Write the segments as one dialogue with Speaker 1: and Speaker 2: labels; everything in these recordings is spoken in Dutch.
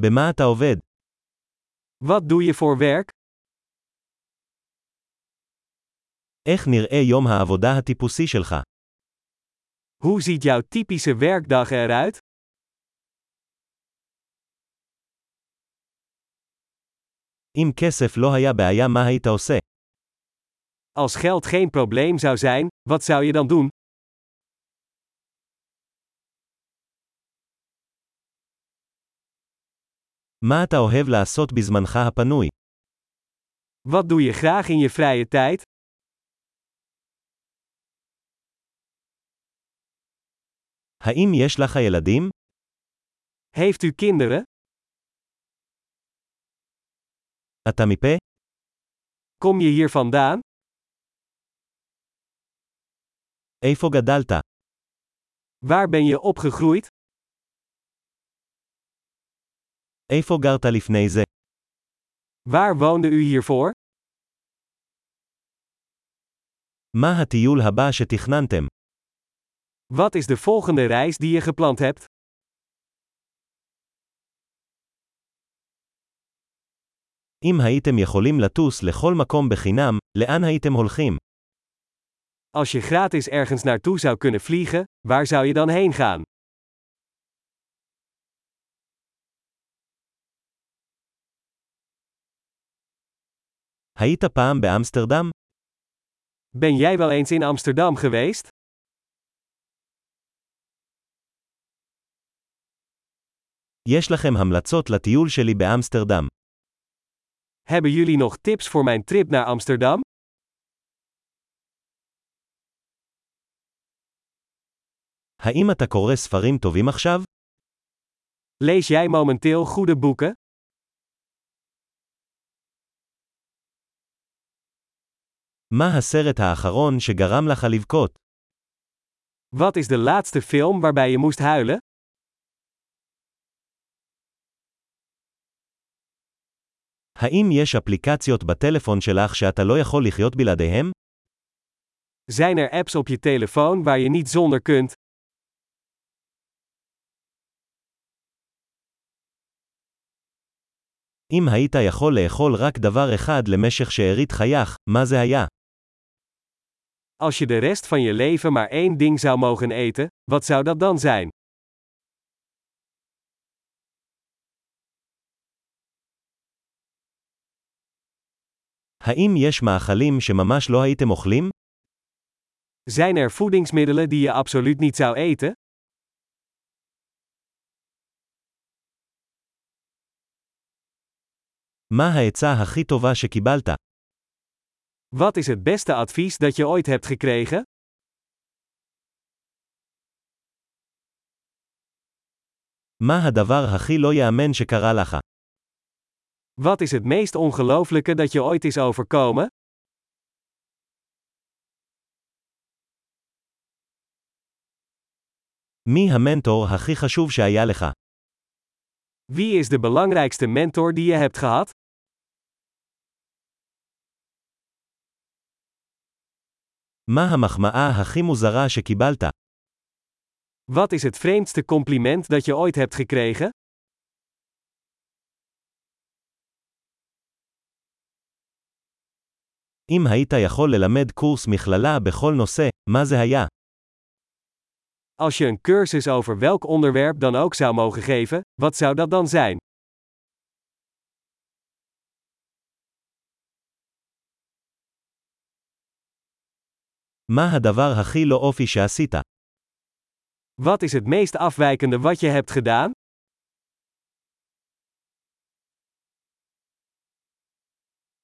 Speaker 1: במה אתה עובד?
Speaker 2: Wat doe je voor werk?
Speaker 1: איך נראה יום העבודה הטיפוסי שלך?
Speaker 2: Hoe ziet jouw typische werkdag eruit?
Speaker 1: אם כסף לא היה בעיה מה היית עושה?
Speaker 2: Als geld geen probleem zou zijn, wat zou je dan doen?
Speaker 1: מה אתה אוהב לעשות בזמנך הפנוי?
Speaker 2: Wat doe je graag in je vrije tijd?
Speaker 1: האם יש לך ילדים?
Speaker 2: Heeft u kinderen?
Speaker 1: אתה מפה?
Speaker 2: Kom je hier vandaan?
Speaker 1: איפה גדלת?
Speaker 2: Waar ben je opgegroeid?
Speaker 1: איפה גרת לפני זה?
Speaker 2: Waar woonde u hiervoor?
Speaker 1: מה הטיול הבא שתכננתם?
Speaker 2: Wat is de volgende reis die je gepland hebt?
Speaker 1: אם הייתם יכולים לטוס לכל מקום בחינם, לאן הייתם הולכים?
Speaker 2: Als je gratis ergens naartoe zou kunnen vliegen, waar zou je dan heen gaan?
Speaker 1: היית פעם באמסטרדם?
Speaker 2: Ben jij wel eens in Amsterdam geweest?
Speaker 1: יש לכם המלצות לטיול שלי באמסטרדם.
Speaker 2: Hebben jullie nog tips voor mijn trip naar Amsterdam?
Speaker 1: האם אתה קורא ספרים טובים עכשיו?
Speaker 2: Lees jij momenteel goede boeken?
Speaker 1: מה הסרט האחרון שגרם לך לבכות?
Speaker 2: Wat is de laatste film waarbij je moest huilen?
Speaker 1: האם יש אפליקציות בטלפון שלך שאתה לא יכול לחיות בלעדיהם?
Speaker 2: Zijn er apps op je telefoon waar je niet zonder kunt?
Speaker 1: אם היית יכול לאכול רק דבר אחד למשך שארית חייך, מה זה היה?
Speaker 2: Als je de rest van je leven maar één ding zou mogen eten, wat zou dat dan zijn?
Speaker 1: האם יש מאכלים שממש לא הייתם אוכלים?
Speaker 2: Zijn er voedingsmiddelen die je absoluut niet zou eten?
Speaker 1: מה העצה הכי טובה שקיבלת?
Speaker 2: Wat is het beste advies dat je ooit hebt gekregen?
Speaker 1: מה הדבר הכי לא ייאמן שקרה לך?
Speaker 2: Wat is het meest ongelooflijke dat je ooit is overkomen?
Speaker 1: מי המנטור הכי חשוב שהיה לך?
Speaker 2: Wie is de belangrijkste mentor die je hebt gehad?
Speaker 1: מה המחמאה הכי מוזרה שקיבלת?
Speaker 2: Wat is het vreemdste compliment dat je ooit hebt gekregen?
Speaker 1: אם היית יכול ללמד קורס מכללה בכל נושא, מה זה היה?
Speaker 2: Als je een cursus over welk onderwerp dan ook zou mogen geven, wat zou dat dan zijn?
Speaker 1: מה הדבר הכי לא אופי שעשית?
Speaker 2: Wat is het meest afwijkende wat je hebt gedaan?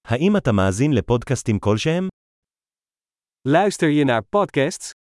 Speaker 1: האם אתה מאזין לפודקאסטים כלשהם?
Speaker 2: Luister je naar podcasts?